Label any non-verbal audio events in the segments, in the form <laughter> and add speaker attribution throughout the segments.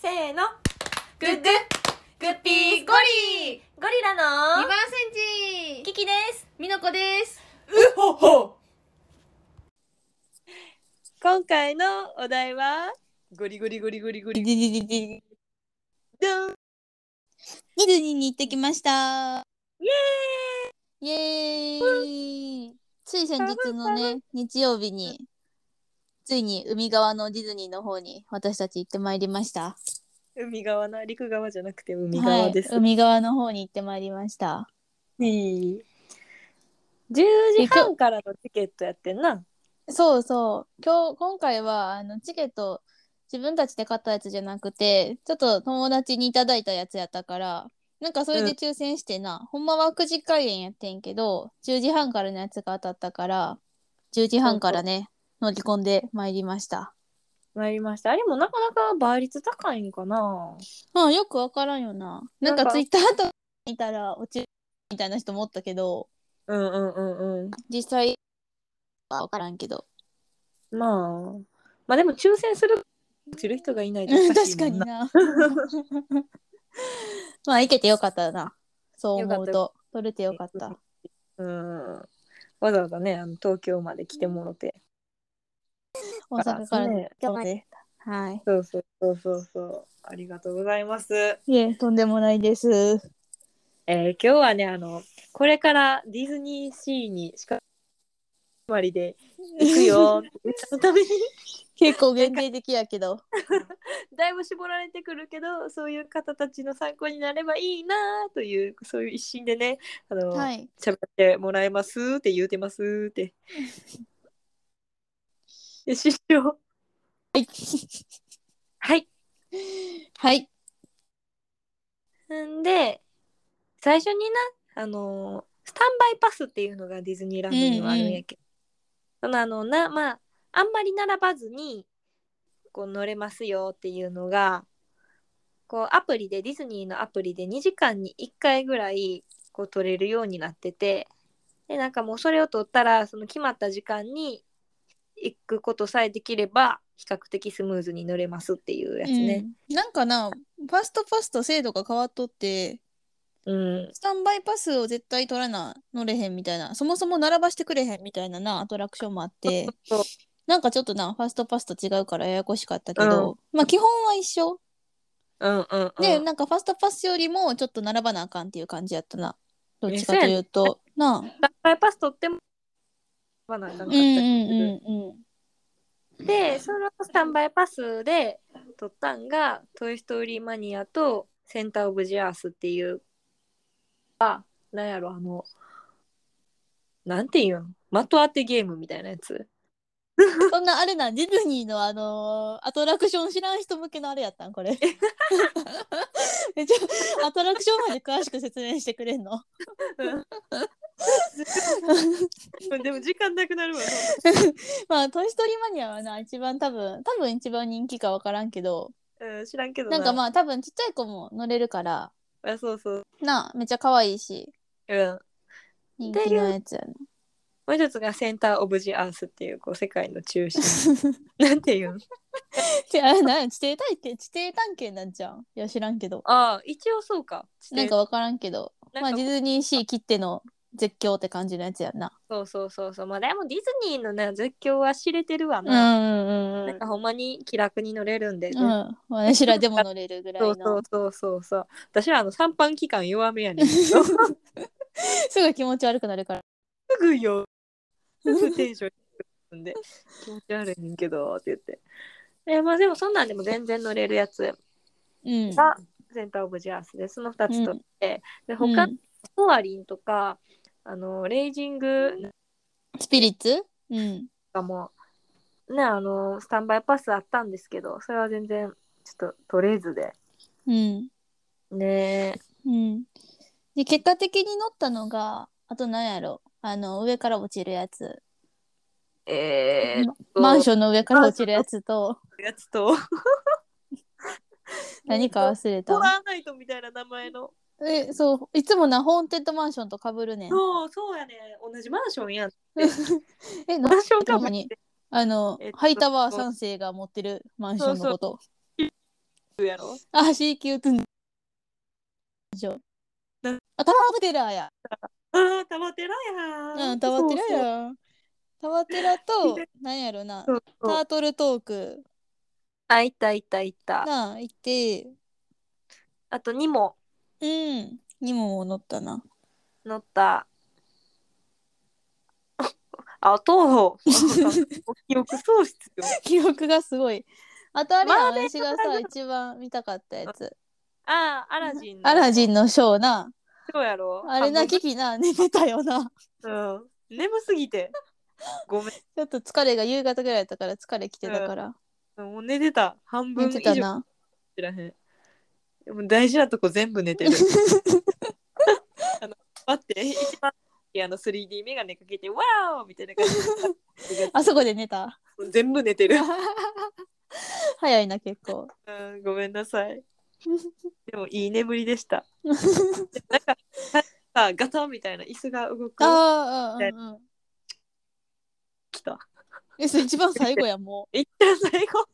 Speaker 1: せーの
Speaker 2: グッグッグッピー
Speaker 1: ゴリ
Speaker 2: ゴリー
Speaker 1: ラ
Speaker 2: 2
Speaker 1: の
Speaker 2: 番センチ
Speaker 1: キキです
Speaker 2: みのこです
Speaker 1: うほほ今回のお題はゴリゴリゴリゴリゴリゴリゴリゴリどん
Speaker 2: ディズニーに行ってきました
Speaker 1: イエ
Speaker 2: イエーイつい先日のね日曜日についに海側のディズニーの方に私たち行ってまいりました
Speaker 1: ーイ海側の陸側じゃなくて海側です、
Speaker 2: はい、海側の方に行ってまいりました
Speaker 1: いい10時半からのチケットやってんな
Speaker 2: そうそう今日今回はあのチケット自分たちで買ったやつじゃなくてちょっと友達にいただいたやつやったからなんかそれで抽選してな、ほんまは9時開演やってんけど10時半からのやつが当たったから10時半からね乗り込んでまいりました
Speaker 1: 参りましたあれもなかなか倍率高いんかな
Speaker 2: うんよくわからんよななん
Speaker 1: なん
Speaker 2: か
Speaker 1: か
Speaker 2: ツイッターとか見たら落ちるみたいな人もおったけど
Speaker 1: うんうんうんうん
Speaker 2: 実際はわからんけど
Speaker 1: まあまあでも抽選する落ちる人がいないと
Speaker 2: うん
Speaker 1: おし
Speaker 2: 確
Speaker 1: いも
Speaker 2: かに
Speaker 1: んな
Speaker 2: な。 <laughs> まあ、行けてよかったな。そう思う
Speaker 1: よか
Speaker 2: と、取れてよかった。
Speaker 1: うんわざわざねあの東京まで来てもろて
Speaker 2: 大阪からね。
Speaker 1: ね
Speaker 2: 今日まで。はい。
Speaker 1: そうそうそうそうそうありがとうございます
Speaker 2: いえ、とんでもないです。
Speaker 1: えー、今日はねあのこれからディズニーシーにしか泊まりで行くよそのために
Speaker 2: 結構限定的やけど。
Speaker 1: <laughs> だいぶ絞られてくるけどそういう方たちの参考になればいいなというそういう一心でねあの、
Speaker 2: はい。
Speaker 1: 喋ってもらえますって言うてますっ
Speaker 2: <laughs>
Speaker 1: て。で師匠
Speaker 2: はい。
Speaker 1: はい。
Speaker 2: はい。
Speaker 1: んで最初になあのスタンバイパスっていうのがディズニーランドにはあるんやけど、そのあのなまああんまり並ばずにこう乗れますよっていうのがこうアプリでディズニーのアプリで2時間に1回ぐらいこう取れるようになっててでなんかもうそれを取ったらその決まった時間に行くことさえできれば比較的スムーズに乗れますっていうやつね。
Speaker 2: うんなんかな、ファストパスと制度が変わっとって、
Speaker 1: うん、
Speaker 2: スタンバイパスを絶対取らな、乗れへんみたいな、そもそも並ばしてくれへんみたいなな、アトラクションもあって。
Speaker 1: そう
Speaker 2: なんかちょっとな、ファストパスと違うからややこしかったけど、まあ基本は一緒。
Speaker 1: うんうんうん、
Speaker 2: で、なんかファストパスよりもちょっと並ばなあかんっていう感じやったな。どっちかというと。なあ。
Speaker 1: ダッイパス取ってもまあなんかなかっ
Speaker 2: うん
Speaker 1: たりす
Speaker 2: う
Speaker 1: る
Speaker 2: んうんうん。
Speaker 1: でそのスタンバイパスで取ったんが「トイ・ストーリー・マニア」と「センター・オブ・ジ・アース」っていうあなんやろあのなんていうん的当てゲームみたいなやつ
Speaker 2: そんなあれな、ディズニーのあのーアトラクション知らん人向けのあれやったんこ <laughs> れ。めっちゃアトラクションまで詳しく説明してくれんの。 <laughs>
Speaker 1: でも時間なくなるわ
Speaker 2: まあ、トイ・ストーリーマニアはな、一番多分、多分一番人気かわからんけど、
Speaker 1: うん、知らんけど
Speaker 2: なんか
Speaker 1: あ
Speaker 2: まあ多分ちっちゃい子も乗れるから、
Speaker 1: そうそう
Speaker 2: なあ、めっちゃ可愛いし、
Speaker 1: うん
Speaker 2: 人気のやつやな。
Speaker 1: もう一つが「センター・オブ・ジ・アース」っていうこう世界の中心なんていうん
Speaker 2: てあれなん地底探検地底探検なんじゃんいや知らんけど
Speaker 1: ああ一応そうか
Speaker 2: なんかわからんけど
Speaker 1: なん
Speaker 2: ま
Speaker 1: か
Speaker 2: あディズニーシー切っての絶叫って感じのやつやんな
Speaker 1: そうそうそうそうまあでもディズニーのね絶叫は知れてるわ
Speaker 2: うんう
Speaker 1: な、
Speaker 2: んうんう
Speaker 1: なん
Speaker 2: ん
Speaker 1: かほんまに気楽に乗れるんで、ね
Speaker 2: 私らでも乗れるぐらい
Speaker 1: そ
Speaker 2: の
Speaker 1: うそうそうそうそう私らあの三半期間弱めやねんけどす
Speaker 2: すぐ気持ち悪くなるから
Speaker 1: ぐよすぐテンション低くんで気持ち悪いねんけどって言ってえまあでもそんなんでも全然乗れるやつ
Speaker 2: うん
Speaker 1: がセンターオブジェアスでその2つとって、で他
Speaker 2: うん
Speaker 1: ストアリンとかあのレイジング
Speaker 2: スピリッツうん
Speaker 1: かもねあのスタンバイパスあったんですけどそれは全然ちょっと取れずで
Speaker 2: うん
Speaker 1: ね
Speaker 2: うんで結果的に乗ったのがあと何やろあの上から落ちるやつ
Speaker 1: ええーっと
Speaker 2: マンションの上から落ちるやつと
Speaker 1: やつ <laughs> と
Speaker 2: 何か忘れ
Speaker 1: ホ
Speaker 2: た
Speaker 1: ラーナイトみたいな名前の
Speaker 2: えそういつもなホーンテッドマンションとかぶるねん
Speaker 1: そうそうやね同じマンションやん
Speaker 2: <laughs> え
Speaker 1: マンションか
Speaker 2: と
Speaker 1: も
Speaker 2: もにあの、
Speaker 1: えっと
Speaker 2: ハイタワー三世が持ってるマンションのこと。
Speaker 1: やろ
Speaker 2: あ、C 級と。以上
Speaker 1: な。
Speaker 2: あ、タワーテラーや。
Speaker 1: ああ、タワテラや。
Speaker 2: うん、タワーテラ
Speaker 1: そう
Speaker 2: ーや。タワーテラと、なんやろな。
Speaker 1: そう。そう
Speaker 2: タ
Speaker 1: そう
Speaker 2: ートルトーク。
Speaker 1: あ、いたいたいた。
Speaker 2: なあ、行って。
Speaker 1: あとにも
Speaker 2: うん。にも乗ったな。
Speaker 1: 乗った。あ
Speaker 2: <laughs>
Speaker 1: と、記憶喪失よ。
Speaker 2: 記憶がすごい。あとあれや
Speaker 1: マ
Speaker 2: ん、私がさ、一番見たかったやつ。
Speaker 1: ああ、アラジンの。
Speaker 2: アラジンのショーな。
Speaker 1: そうやろ
Speaker 2: あれな、
Speaker 1: き
Speaker 2: キキな、寝てたよな。
Speaker 1: うん。眠すぎて。ごめん
Speaker 2: ちょっと疲れが夕方ぐらいだったから、疲れきてたから。。 <laughs>
Speaker 1: もう寝てた。半分
Speaker 2: 寝
Speaker 1: 以上
Speaker 2: てたな。
Speaker 1: 知らへん。でも大事なとこ全部寝
Speaker 2: <laughs>
Speaker 1: てる。あの待って、一番あの 3D メガネかけて、わーおみたいな感じ
Speaker 2: <laughs>
Speaker 1: で
Speaker 2: あそこで寝た。
Speaker 1: 全部寝
Speaker 2: <laughs>
Speaker 1: てる、
Speaker 2: 早いな、結構。
Speaker 1: うん。ごめんなさい。でもいい眠りで
Speaker 2: <laughs>
Speaker 1: した。でもなんか、さガタンみたいな椅子が動く。
Speaker 2: ああ、うんうんうん。
Speaker 1: 来た。
Speaker 2: え、それ一番最後や、も
Speaker 1: 一旦最後。
Speaker 2: う。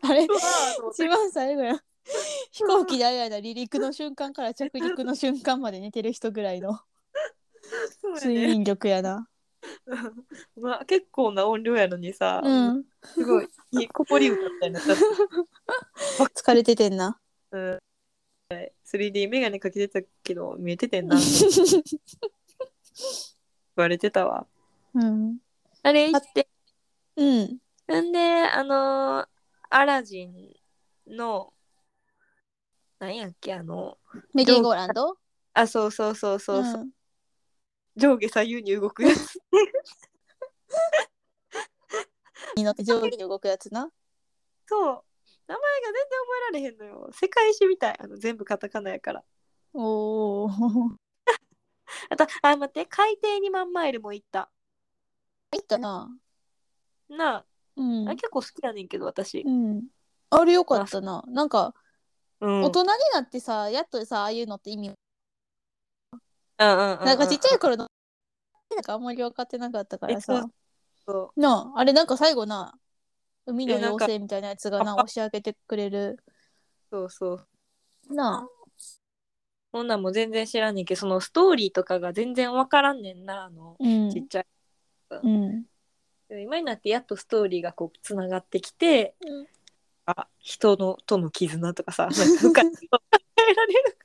Speaker 2: <laughs> あれ
Speaker 1: うわーと思って
Speaker 2: 一番最後や。 <laughs> 飛行機である間、離陸の瞬間から着陸の瞬間まで寝てる人ぐらいの
Speaker 1: そう
Speaker 2: 睡
Speaker 1: やね
Speaker 2: 眠力やな。
Speaker 1: うんまあ、結構な音量やのにさ、
Speaker 2: うん。
Speaker 1: すごい、いいここり歌みたいになっちゃっ
Speaker 2: 疲れててんな。
Speaker 1: た。3D メガネかけてたけど、見えててんな。言われてたわ。
Speaker 2: <laughs> うん。
Speaker 1: あれして、
Speaker 2: うん。
Speaker 1: んで、あのーアラジンの、なんやっけ、あの、
Speaker 2: メリーゴーランド
Speaker 1: あ、そうそうそうそうそう、
Speaker 2: ん
Speaker 1: 上下左右に動くやつ。
Speaker 2: に乗って上下に動くやつな。
Speaker 1: そう。名前が全然覚えられへんのよ。世界史みたい。あの全部カタカナやから。
Speaker 2: おお。行
Speaker 1: あと、あ、待って、海底に万マイルも行った。
Speaker 2: ったな。
Speaker 1: なあ、
Speaker 2: うん
Speaker 1: あ。結構好きやねんけど、私
Speaker 2: う。ん。あれよかったな。なんか、
Speaker 1: うん。
Speaker 2: 大人になってさ、やっとさ、ああいうのって意味、
Speaker 1: な
Speaker 2: なんかちっちゃい頃の、なんかあんまり分かってなかったから
Speaker 1: えそ
Speaker 2: さ。
Speaker 1: そ
Speaker 2: なあ、あれなんか最後な、海の
Speaker 1: えなんか
Speaker 2: 妖精みたいなやつがな、
Speaker 1: パパ
Speaker 2: 押し上げてくれる。
Speaker 1: うそうそう。
Speaker 2: な
Speaker 1: そんなんも全然知らんねんけど、そのストーリーとかが全然わからんねんな、あの、
Speaker 2: あ。うん
Speaker 1: ちっちゃい。
Speaker 2: うん。
Speaker 1: でも今になってやっとストーリーがこうつながってきて、
Speaker 2: うん
Speaker 1: あ人のとの絆とかさなんか深いこと考えられる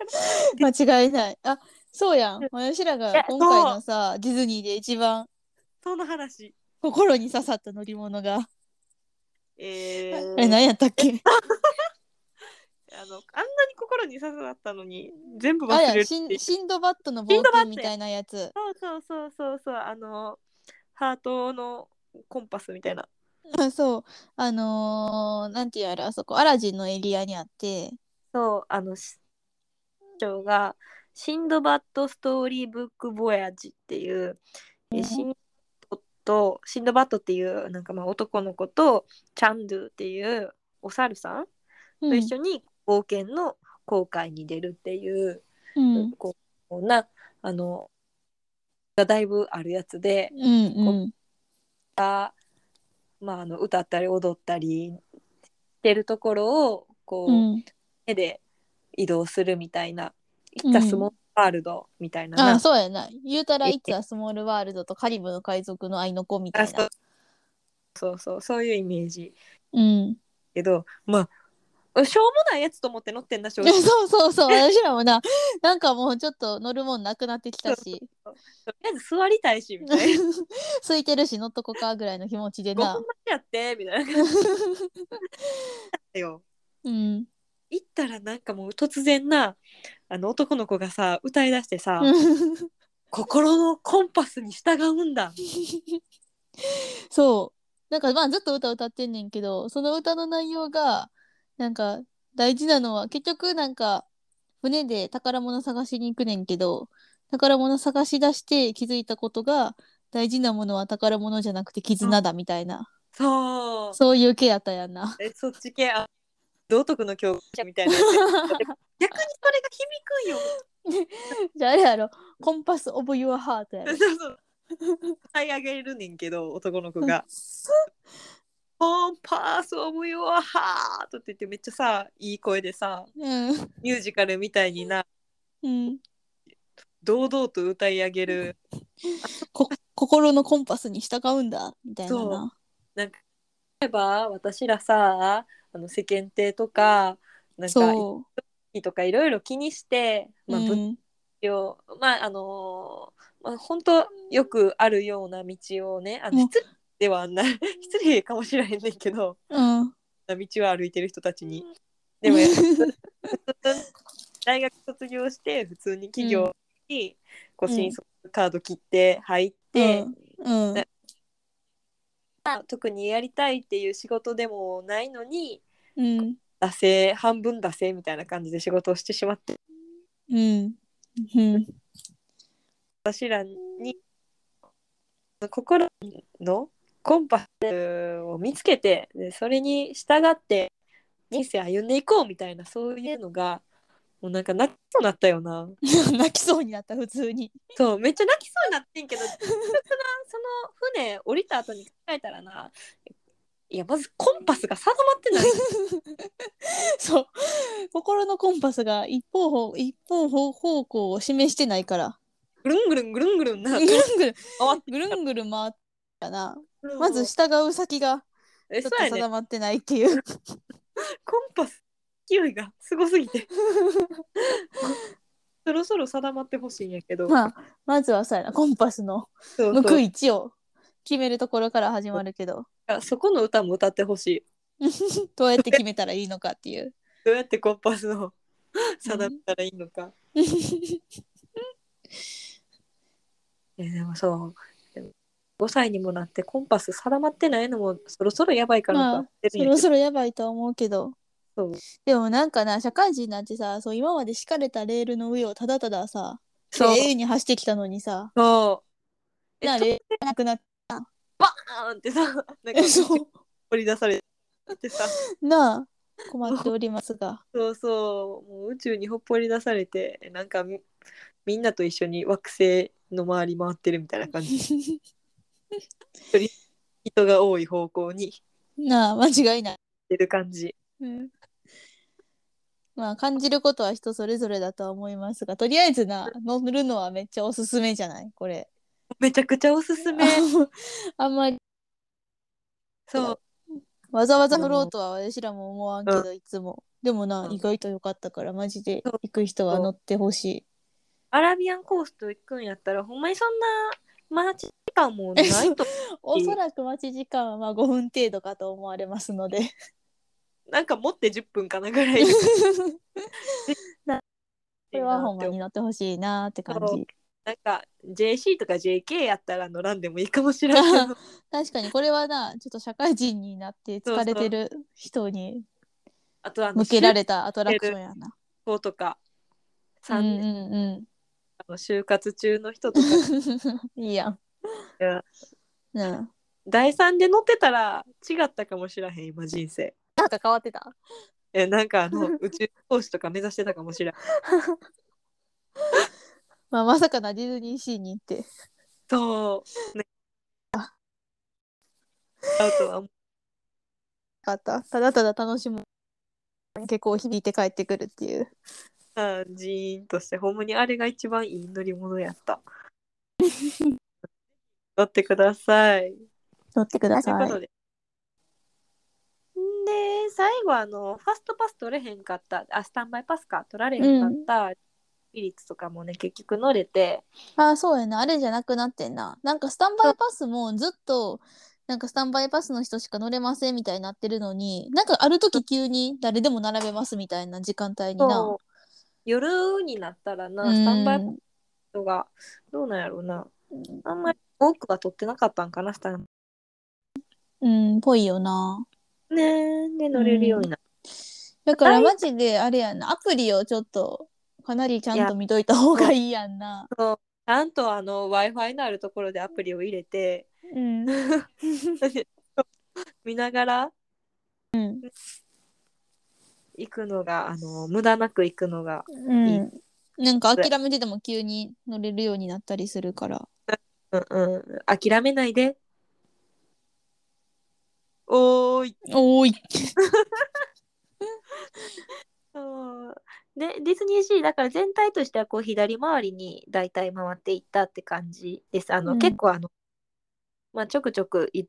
Speaker 2: 間違いない。あ、そうやん。私ら
Speaker 1: い
Speaker 2: が
Speaker 1: や
Speaker 2: 今回のさ、ディズニーで一番
Speaker 1: <laughs> その話
Speaker 2: 心に刺さった乗り物が、
Speaker 1: えー、
Speaker 2: あれ何やったっけ
Speaker 1: あのあんなに心に刺さったのに全部忘
Speaker 2: あ
Speaker 1: れる
Speaker 2: や
Speaker 1: って
Speaker 2: シ
Speaker 1: いう
Speaker 2: ンシンドバッドの冒険みたいなやつ。
Speaker 1: そうそうそうそうそうあのハートのコンパスみたいな
Speaker 2: あそう。あのー、なんていうやら、あそこ、アラジンのエリアにあって、
Speaker 1: そうあのし長が「シンドバッド・ストーリーブック・ボヤジ」っていう、え
Speaker 2: うん
Speaker 1: シンドとシンドバッドっていうなんかまあ男の子とチャンドゥっていうお猿さん
Speaker 2: う
Speaker 1: と
Speaker 2: ん
Speaker 1: 一緒に冒険の航海に出るっていう、
Speaker 2: うん、
Speaker 1: こうなあのがだいぶあるやつで、
Speaker 2: うん、うん。
Speaker 1: まあ、あの歌ったり踊ったりしてるところをこう、
Speaker 2: うん、
Speaker 1: 手で移動するみたいな「いったスモールワールド」みたいなな、
Speaker 2: あそうやな。言うたら、いつはスモールワールドとカリブの海賊の愛の子みたい
Speaker 1: あ
Speaker 2: な。
Speaker 1: そうそうそういうイメージ
Speaker 2: うん。
Speaker 1: けどまあしょうもないやつと思って乗ってんだ正
Speaker 2: いや
Speaker 1: 直と
Speaker 2: <laughs> そうそうそう。私らもな、なんかもうちょっと乗るもんなくなってきたし、
Speaker 1: りあえず座りたいしみたい <laughs> な
Speaker 2: <laughs> 空いてるし乗っとこかぐらいの気持ちで
Speaker 1: 5分
Speaker 2: な
Speaker 1: 待。ちやってみたいな感じだよ
Speaker 2: うん。
Speaker 1: <laughs> 行ったらなんかもう突然なあの男の子がさ歌いだしてさ、心のコンパスに従うんだ
Speaker 2: そう。なんかまあずっと歌歌ってんねんけど、その歌の内容が、なんか大事なのは、結局なんか船で宝物探しに行くねんけど、宝物探し出して気づいたことが、大事なものは宝物じゃなくて絆だみたいな、
Speaker 1: そう
Speaker 2: そういう系やったやんな。 <laughs>
Speaker 1: えそっち系あ道徳の教科書みたいなやつ逆にそれが響くんよ
Speaker 2: じゃああれやろ、コンパスオブユ
Speaker 1: <laughs>
Speaker 2: アハートやろ。
Speaker 1: そうそう歌い上げるねんけど男の子がコンパスオブヨアハートって言ってめっちゃさいい声でさ
Speaker 2: <laughs> うん。
Speaker 1: ミュージカルみたいにな
Speaker 2: うん。
Speaker 1: 堂々と歌い上げる
Speaker 2: こ心のコンパスに従うんだみたいな
Speaker 1: そ
Speaker 2: な。
Speaker 1: なんか例えば私らさあの世間体とかなんか
Speaker 2: そ
Speaker 1: 息とかいろいろ気にして、
Speaker 2: う。
Speaker 1: まあ、
Speaker 2: う
Speaker 1: 物
Speaker 2: ん。
Speaker 1: 量、まああのーまあ、本当よくあるような道をねあの
Speaker 2: もう
Speaker 1: 失礼ではない <laughs> 失礼かもしれへんねんけど
Speaker 2: うん。
Speaker 1: 道を歩いてる人たちに。でもやっぱ大学卒業して普通に企業にこう
Speaker 2: うん
Speaker 1: 新卒カード切って入って、
Speaker 2: うん。うん。
Speaker 1: まあ特にやりたいっていう仕事でもないのに
Speaker 2: うん。
Speaker 1: 惰性半分惰性みたいな感じで仕事をしてしまって
Speaker 2: うん。うん。 <laughs>
Speaker 1: 私らに心のコンパスを見つけてでそれに従って人生歩んでいこうみたいなそういうのがもうなんか泣きそうになったよな。
Speaker 2: 泣きそうになった普通に。 <laughs>
Speaker 1: そうめっちゃ泣きそうになってんけど結局なその船降りた後に考えたらないやまずコンパスが定まってない
Speaker 2: そう心のコンパスが一方方一方方方向を示してないから
Speaker 1: ぐるんぐるんぐるんぐるんな
Speaker 2: ぐるんぐる
Speaker 1: 回っ
Speaker 2: ぐるんぐる回ったな
Speaker 1: て
Speaker 2: まず従う先が
Speaker 1: えそ
Speaker 2: ち
Speaker 1: う
Speaker 2: ょっ
Speaker 1: や
Speaker 2: と
Speaker 1: ね
Speaker 2: 定まってないっていう
Speaker 1: コンパス勢いがすごすぎてそろそろ定まってほしいんやけど、
Speaker 2: まあまずはさやなコンパスの
Speaker 1: そう
Speaker 2: 向
Speaker 1: そ
Speaker 2: く位置を決めるところから始まるけど
Speaker 1: うそこの歌も歌ってほしい
Speaker 2: どうやって決めたらいいのかっていう。
Speaker 1: どうやってコンパスの <laughs> 定めたらいいのか、いやでもそうでも5歳にもなってコンパス定まってないのもそろそろやばいかなとは
Speaker 2: ま
Speaker 1: 思
Speaker 2: あ
Speaker 1: ってるん
Speaker 2: そ
Speaker 1: やけど
Speaker 2: ろそろやばいとは思うけど
Speaker 1: そう
Speaker 2: でもなんかな社会人になってさそう今まで敷かれたレールの上をただたださ
Speaker 1: そう
Speaker 2: 自由に走ってきたのにさ
Speaker 1: そう。え
Speaker 2: な
Speaker 1: ちょっ
Speaker 2: れなくなっ
Speaker 1: とバーンってさ、なんか
Speaker 2: てそ
Speaker 1: 掘り出されてさ、
Speaker 2: うなあ困っておりますが
Speaker 1: <laughs> そうそう、もう宇宙にほっぽり出されて、なんかみみんなと一緒に惑星の周り回ってるみたいな感じ。人が多い方向に行っ
Speaker 2: なあ間違いない、
Speaker 1: てる感じ。
Speaker 2: まあ感じることは人それぞれだとは思いますがとりあえずな乗るのはめっちゃおすすめじゃないこれ
Speaker 1: めちゃくちゃおすすめ。
Speaker 2: <laughs> あんまり
Speaker 1: そう。
Speaker 2: わざわざ乗ろうとは私らも思わんけど、いつもでもな、
Speaker 1: うん
Speaker 2: 意外と良かったからマジで
Speaker 1: そう
Speaker 2: 行く人は乗ってほしい
Speaker 1: アラビアンコースト行くんやったら、ほんまにそんな待ち時間もないと。
Speaker 2: おそらく待ち時間はまあ5分程度かと思われますので <laughs>
Speaker 1: なんか持って10分かなぐらい。
Speaker 2: これはほんまに乗ってほしいなって感じ
Speaker 1: なんか JC とか JK やったら乗らんでもいいかもしれない
Speaker 2: <laughs>
Speaker 1: けど。
Speaker 2: 確かにこれはなちょっと社会人になって疲れてる人に
Speaker 1: あとあの
Speaker 2: 向けられたアトラクションやな。
Speaker 1: 校とか
Speaker 2: うん
Speaker 1: 3年
Speaker 2: うん
Speaker 1: 間の就活中の人とか、
Speaker 2: うん。 <laughs> いいやん。
Speaker 1: や
Speaker 2: うん。
Speaker 1: 第3で乗ってたら違ったかもしらへん今人生
Speaker 2: なんか変わってた。
Speaker 1: えなんかあの
Speaker 2: <laughs>
Speaker 1: 宇宙飛行士とか目指してたかもしれん
Speaker 2: まあまさかなディズニーシーに行って。
Speaker 1: そうねあとは
Speaker 2: かった。ただただ楽しむ。結構響いて帰ってくるっていう。
Speaker 1: あジーンとしてほんまにあれが一番いい乗り物やった
Speaker 2: <laughs>
Speaker 1: 乗ってください
Speaker 2: 乗ってくだ
Speaker 1: という
Speaker 2: さ
Speaker 1: こ
Speaker 2: い。
Speaker 1: とで。で最後あのファストパス取れへんかったあスタンバイパスか取られへんかった、ピリッツとかもね結局乗れて
Speaker 2: ああ、そうやな。あれじゃなくなってんな。なんかスタンバイパスもずっと、なんかスタンバイパスの人しか乗れませんみたいになってるのに、なんかある時急に誰でも並べますみたいな時間帯にな
Speaker 1: そう。夜になったら
Speaker 2: う
Speaker 1: なスタンバイパス
Speaker 2: ん。
Speaker 1: の人がどうなんやろうなあんまり多くは取ってなかったんかなスタン
Speaker 2: うん、ぽいよな。
Speaker 1: ねーで乗れるようになっ
Speaker 2: だからマジであれやなアプリをちょっとかなりちゃんと見といた方がいいやんな。
Speaker 1: た、そうちゃんとあの w i f i のあるところでアプリを入れて <laughs>
Speaker 2: うん、
Speaker 1: 見ながら
Speaker 2: うん
Speaker 1: 行くのがあの無駄なく行くのが
Speaker 2: うん、なんか諦めてても急に乗れるようになったりするから。
Speaker 1: うんうん諦めないでおーい。
Speaker 2: おーい。
Speaker 1: うんでディズニーシーだから全体としてはこう左回りに大体回っていったって感じです。あの、
Speaker 2: うん
Speaker 1: 結構あの、まあ、ちょくちょくい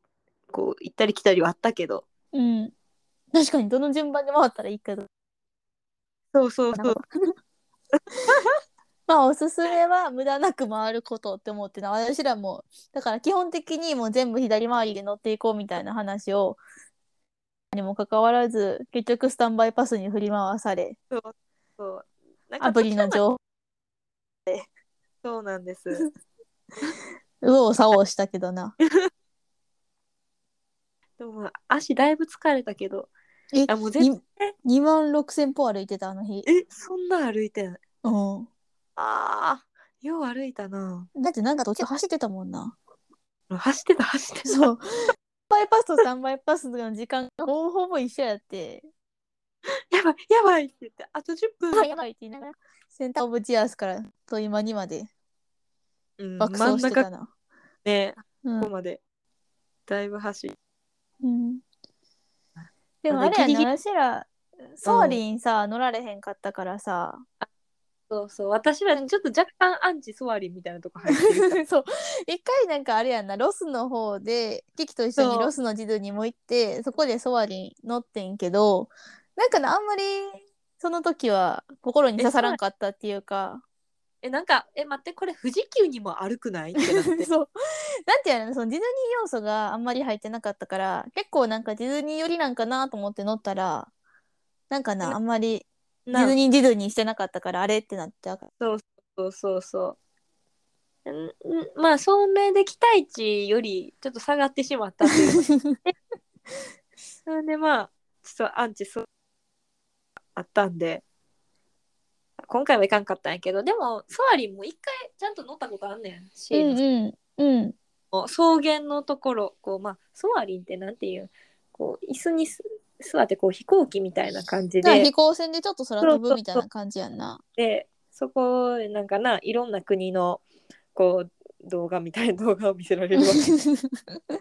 Speaker 1: こう行ったり来たりはあったけど。
Speaker 2: うん。確かに、どの順番で回ったらいいかとか
Speaker 1: そうそう
Speaker 2: な
Speaker 1: そう。
Speaker 2: まあ、おすすめは無駄なく回ることって思ってな、私らも、だから基本的にもう全部左回りで乗っていこうみたいな話を、にもかかわらず、結局スタンバイパスに振り回され、
Speaker 1: そうなんか
Speaker 2: アプリの
Speaker 1: 途中まで
Speaker 2: 情
Speaker 1: そうなんです。
Speaker 2: 報を左往したけどな。
Speaker 1: でも足だいぶ疲れたけど。
Speaker 2: え
Speaker 1: あもう全
Speaker 2: 2万6千歩歩いてたあの日。
Speaker 1: えそんな歩いてない。
Speaker 2: う
Speaker 1: ああよう歩いたな。
Speaker 2: ん。だってなんか途中走ってたもんな。
Speaker 1: 走ってた走ってた。
Speaker 2: そう。バイパスと3倍パスの時間がほぼほぼ一緒や <laughs> って。
Speaker 1: やばいやばいって言ってあと10分。
Speaker 2: やばいって言いながら。センターオブチアースからと今にまで
Speaker 1: うん、
Speaker 2: 爆
Speaker 1: 真
Speaker 2: 走
Speaker 1: ん
Speaker 2: して
Speaker 1: 中
Speaker 2: たな。
Speaker 1: ね
Speaker 2: うん
Speaker 1: ここまでだいぶ走り。
Speaker 2: うんでも
Speaker 1: まだ
Speaker 2: あれや
Speaker 1: ギ
Speaker 2: な
Speaker 1: リギリ
Speaker 2: 私らソーリンさ乗られへんかったからさ
Speaker 1: そうそう私らちょっと若干アンチソワリンみたいなとこ入ってる
Speaker 2: <laughs>
Speaker 1: から。
Speaker 2: <laughs> そう一回なんかあれやんなロスの方でキキと一緒
Speaker 1: そ
Speaker 2: に
Speaker 1: う
Speaker 2: ロスのジドにも行ってそこでソワリン乗ってんけどなんかなあんまりその時は心に刺さらんかったっていうか
Speaker 1: えなんかえ待ってこれ富士急にも歩くないってなっ
Speaker 2: <laughs>
Speaker 1: て
Speaker 2: そうなんていうのそのディズニー要素があんまり入ってなかったから結構なんかディズニー寄りなんかなと思って乗ったらなんかなあんまりデ
Speaker 1: な
Speaker 2: ィズニーディズニーしてなかったからあれってなってあか
Speaker 1: そうそうそう。んんまあ聡明で期待値よりちょっと下がってしまったというそれでまあちょっとアンチそうあったんで今回はいかんかったんやけどでもソアリンも一回ちゃんと乗ったことあんねんシーの
Speaker 2: んうんうん
Speaker 1: 草原のところこうまあソアリンってなんていうこう椅子にす座ってこう飛行機みたいな感じ
Speaker 2: だから飛
Speaker 1: で
Speaker 2: 行船でちょっと空飛ぶみたいな感じやんな
Speaker 1: でそこでなんかないろんな国のこう動画みたいな動画を見せられるわ
Speaker 2: <laughs>
Speaker 1: けいろんな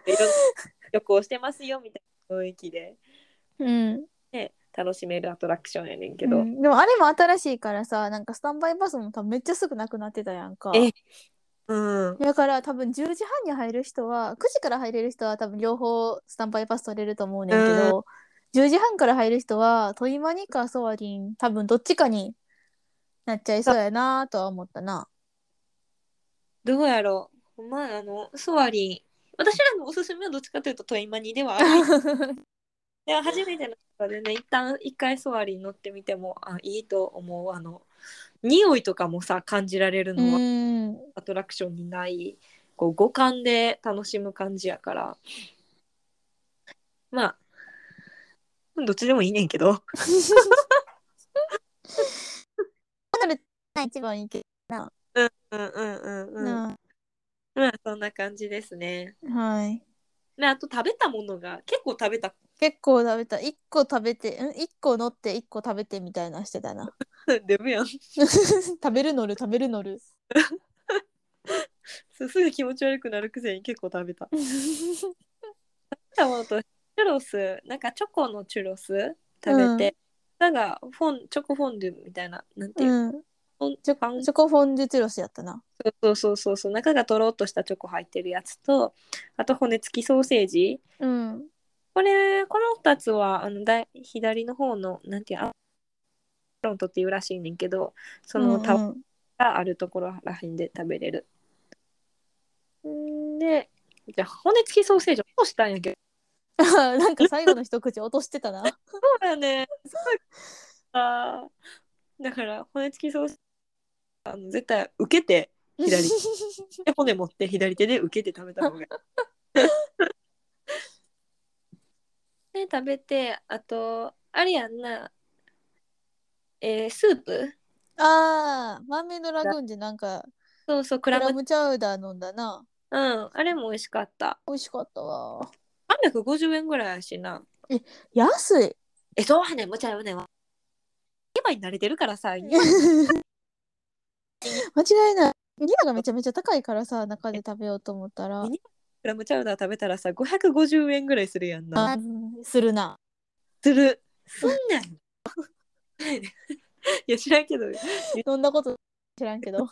Speaker 1: 旅行してますよみたいな雰囲気で、
Speaker 2: うん
Speaker 1: ね、楽しめるアトラクションやねんけ
Speaker 2: け
Speaker 1: ど、
Speaker 2: ど、うんでもあれも新しいからさなんかスタンバイバスも多分めっちゃすぐなくなってたやんか
Speaker 1: えうん
Speaker 2: だから多分10時半に入る人は9時から入れる人は多分両方スタンバイパス取れると思うねんけど、10時半から入る人はトイマニかソワリン多分どっちかになっちゃいそうやなとは思ったな
Speaker 1: どうやろうまああのソアリン私らのおすすめはどっちかというとトイマニではある <laughs> では初めての人は全然一旦一回ソアリン乗ってみてもあいいと思うあの匂いとかもさ感じられる
Speaker 2: う
Speaker 1: のは
Speaker 2: ん
Speaker 1: アトラクションにないこう五感で楽しむ感じやからまあどっちでもいいねんけど
Speaker 2: 一番いいけ
Speaker 1: うんうんうん
Speaker 2: ど
Speaker 1: うん
Speaker 2: な、
Speaker 1: まあそんな感じですね
Speaker 2: はい
Speaker 1: であと食べたものが結構食べた
Speaker 2: 結構食べた1個食べてん1個乗って1個食べてみたいなしてたな <laughs>
Speaker 1: でもやん
Speaker 2: 食べる乗る食べる乗る
Speaker 1: すすぐ気持ち悪くなるくせに結構食べた食べたものとチュロスなんかチョコのチュロス食べて、なんかフォンチョコフォンデュみたいななんていう、
Speaker 2: うん
Speaker 1: パン
Speaker 2: チョ
Speaker 1: パン
Speaker 2: チョコフォンデュチュロスやったな
Speaker 1: そうそうそうそう中がとろっとしたチョコ入ってるやつとあと骨付きソーセージ
Speaker 2: うん
Speaker 1: これこの2つはあのだい左の方のなんていうあフロントっていうらしいねんけどそのタワ
Speaker 2: うんうん <laughs>
Speaker 1: があるところらへんで食べれる。んでじゃあ骨付きソーセージ落としたんやけど
Speaker 2: あなんか最後の一口落としてたな。
Speaker 1: そうやねすごいあーだから骨付きソーセージあの絶対受けて左で骨持って左手で受けて食べた方がいい。で食べてあとあれやんな、えースープ
Speaker 2: <laughs> ああ、マーメイドラグーンでなんか
Speaker 1: そうそうク
Speaker 2: ク
Speaker 1: ラム
Speaker 2: ラムチャウダー飲んだな。
Speaker 1: うんあれも美味しかった
Speaker 2: 美味しかったわ。
Speaker 1: 350円ぐらいやしな
Speaker 2: 安い。
Speaker 1: えそうはねもちろんねわ今に慣れてるから <laughs> さ今
Speaker 2: 間違いない。リアがめちゃめちゃ高いからさ、中で食べようと思ったら
Speaker 1: ミ。ニクラムチャウダー食べたらさ550円ぐらいするやんな
Speaker 2: するな。
Speaker 1: するそんなん <laughs> いや知らんけど
Speaker 2: そんなこと知らんけど。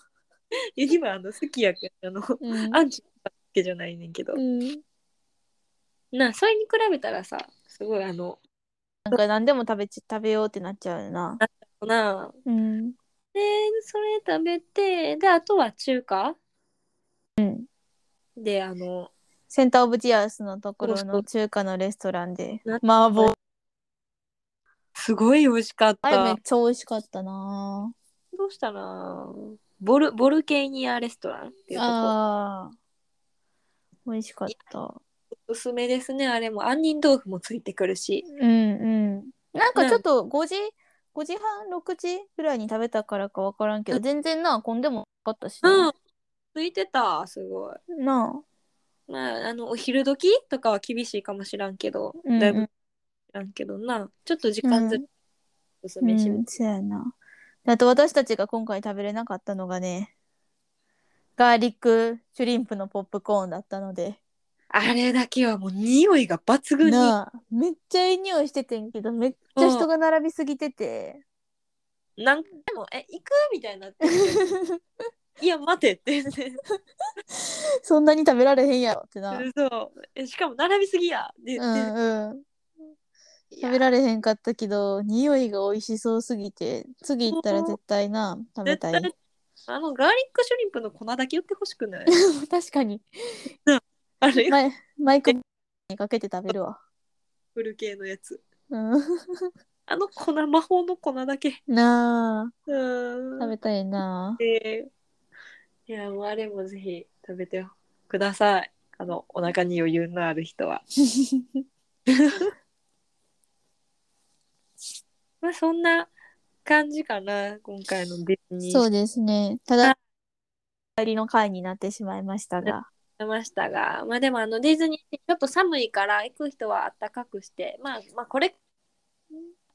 Speaker 1: 今あの好きやからあの
Speaker 2: うん
Speaker 1: アンチなわけじゃないねんけど、
Speaker 2: うん
Speaker 1: なあそれに比べたらさすごいあの
Speaker 2: なんか何でも食べち食べようってなっちゃうよな。
Speaker 1: なあ
Speaker 2: うん。
Speaker 1: でそれ食べてであとは中華
Speaker 2: うん。
Speaker 1: であの
Speaker 2: センターオブジアスのところ
Speaker 1: そうそ
Speaker 2: の
Speaker 1: う
Speaker 2: 中華のレストランで
Speaker 1: な
Speaker 2: 麻婆
Speaker 1: すごい美味しかっ
Speaker 2: あれめったちゃ美味しかったな
Speaker 1: どうしたらボルボルケーニアレストランっていうとこ
Speaker 2: あー美味しかった
Speaker 1: おすすめですねあれも杏仁豆腐もついてくるし
Speaker 2: うんうんなんかちょっと5時、5時半6時ぐらいに食べたからか分からんけ
Speaker 1: う
Speaker 2: ど、
Speaker 1: ん
Speaker 2: 全然な混んでもなかったし
Speaker 1: う、
Speaker 2: なん
Speaker 1: ついてたすごい
Speaker 2: なあ
Speaker 1: まああのお昼時とかは厳しいかもしらんけど、
Speaker 2: うんうん
Speaker 1: だいぶ知らんけどなちょっと時間ずれおすすめします、
Speaker 2: うん、そうやなあと私たちが今回食べれなかったのがねガーリックシュリンプのポップコーンだったので
Speaker 1: あれだけはもう匂いが抜群に
Speaker 2: なあめっちゃいい匂いしててんけどめっちゃ人が並びすぎてて、
Speaker 1: 何回も「え行く?」みたいになってるいや待て」って言って
Speaker 2: そんなに食べられへんやろって
Speaker 1: <laughs>
Speaker 2: な、う
Speaker 1: そうえしかも並びすぎやで、
Speaker 2: んうん、
Speaker 1: いや
Speaker 2: 食べられへんかったけど匂いが美味しそうすぎて次行ったら絶対な食べ
Speaker 1: 絶
Speaker 2: た
Speaker 1: 対
Speaker 2: い
Speaker 1: あのガーリックシュリンプの粉だけ売ってほしくない
Speaker 2: 確かに
Speaker 1: あれ
Speaker 2: マイマイクにかけて食べるわ、
Speaker 1: フル系のやつ
Speaker 2: うん、
Speaker 1: あの粉魔法の粉だけ
Speaker 2: なあ
Speaker 1: うん
Speaker 2: 食べたいな
Speaker 1: でいやもうあれもぜひ食べてくださいあのお腹に余裕のある人は <laughs> まあそんな感じかな今回のディズニー
Speaker 2: そう
Speaker 1: し
Speaker 2: ですねただ帰りの回になってしまいましたが
Speaker 1: ましたがまあでもあのディズニーってちょっと寒いから行く人はあったかくしてまあまあこれ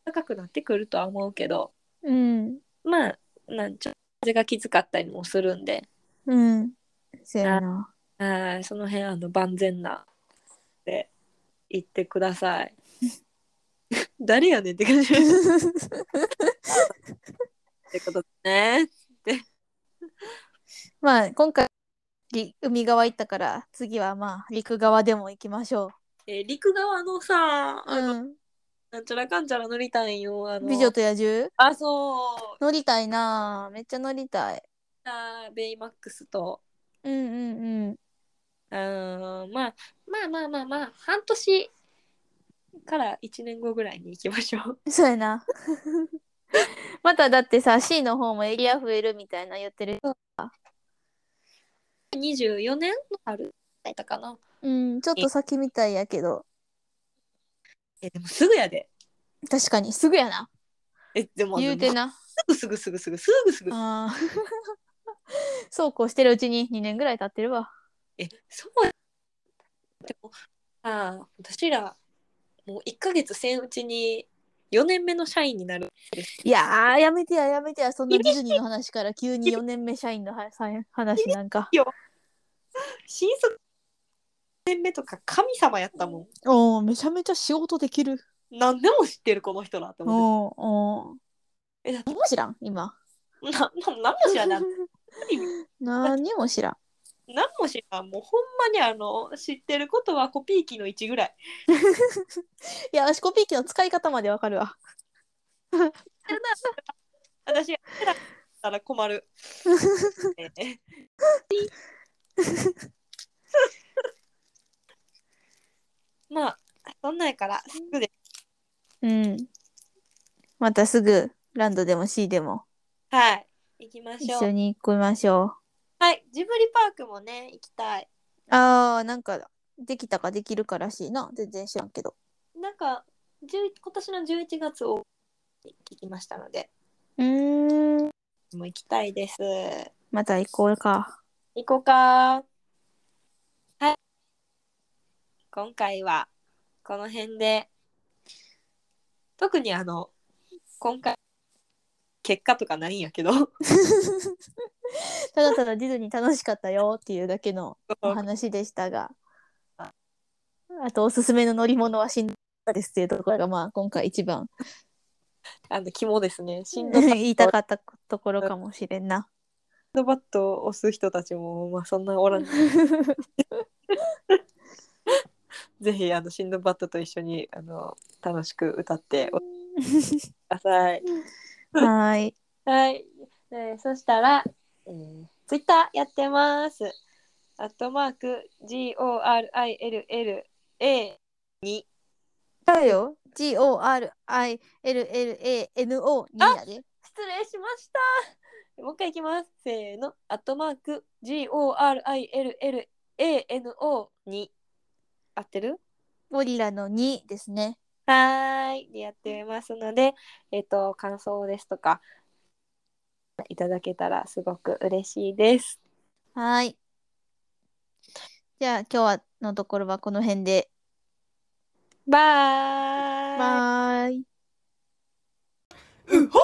Speaker 1: 暖かくなってくるとは思うけど
Speaker 2: うん
Speaker 1: まあなんちょっと風がきつかったりもするんで
Speaker 2: うんそうやな
Speaker 1: はい、その辺あの万全なで行ってくださ
Speaker 2: <laughs>
Speaker 1: い。誰やねんって感じ。ってことですね。
Speaker 2: まあ今回り海側行ったから次はまあ陸側でも行きましょ
Speaker 1: えー陸側のさ、
Speaker 2: う。
Speaker 1: あの、
Speaker 2: うん、
Speaker 1: なんちゃらかんちゃら乗りたいんよ。あの
Speaker 2: 美女と野獣
Speaker 1: あ、そう。
Speaker 2: 乗りたいなあめっちゃ乗りたい。
Speaker 1: あーベイマックスと。
Speaker 2: うんうんうん。
Speaker 1: あーまあまあまあまあまあ、半年から1年後ぐらいに行きましょう。 <laughs>
Speaker 2: そうや <laughs> な。まただってさ C の方もエリア増えるみたいな言ってる。
Speaker 1: 24年の春だったかな。
Speaker 2: うんちょっと先みたいやけど
Speaker 1: え、でもすぐやで。
Speaker 2: 確かにすぐやな。
Speaker 1: え、でも、
Speaker 2: 言うてな。
Speaker 1: すぐすぐすぐすぐすぐすぐ
Speaker 2: あー <laughs> そうこうしてるうちに2年ぐらい経ってるわ。
Speaker 1: えそうやでもああ私らもう1ヶ月せんうちに4年目の社員になる
Speaker 2: いやーやめてややめてやそんなディズニーの話から急 <laughs> に4年目社員のはさ話なんか。
Speaker 1: 新卒4年目とか神様やったも
Speaker 2: おおめちゃめちゃ仕事できる。
Speaker 1: ん何でも知ってるこの人らって
Speaker 2: お
Speaker 1: 思っ
Speaker 2: お
Speaker 1: えだって
Speaker 2: 何も知らん <laughs> 今。
Speaker 1: てなな <laughs> 何も知らん
Speaker 2: 何も知らん。
Speaker 1: 何も知らんもうほんまにあの知ってることはコピー機の1ぐらい
Speaker 2: いや私コピー機の使い方までわかるわ。
Speaker 1: 私やったら困 <laughs> るええまあそんなんやからすぐで
Speaker 2: うん。またすぐランドでも C でも
Speaker 1: はい、行きまし
Speaker 2: 一
Speaker 1: ょ
Speaker 2: 緒
Speaker 1: う。
Speaker 2: に行きましょ
Speaker 1: はい、ジブリパークもね、行きたい。
Speaker 2: う。あーなんかできたかできるからしいな全然知らんけど。
Speaker 1: なんか、10今年の11月を聞きましたので、
Speaker 2: うーん
Speaker 1: もう行きたいです。
Speaker 2: また行こうか。
Speaker 1: 行こうか。はい。今回は、この辺で、特にあの、今回、結果とかないんやけど、 <laughs>
Speaker 2: <laughs> ただただディズニー楽しかったよっていうだけのお話でしたが。あとおすすめの乗り物はしんどかったですっていうところがまあ今回一番
Speaker 1: あの肝ですね。シンドバッド
Speaker 2: <laughs> 言いたかったところかもしれんな。
Speaker 1: シンドバッドを押す人たちも、まあ、そんなおらん。ぜひあのシンドバッドと一緒にあの楽しく歌っておください。
Speaker 2: はい。
Speaker 1: はい。でそしたら、えー、ツイッターやってます。アットマーク GORILLA に。
Speaker 2: だよ。G-O-R-I-L-L-A-N-O にやで。
Speaker 1: 失礼しました。もう一回いきます。せーの。アットマーク GORILLANO に。合ってる
Speaker 2: ゴリラの2ですね。
Speaker 1: はーい。でやってますので、えっ、と、感想ですとか、いただけたらすごく嬉しいです。
Speaker 2: はい。じゃあ今日はのところはこの辺で。
Speaker 1: バイ
Speaker 2: バイ。
Speaker 3: うほ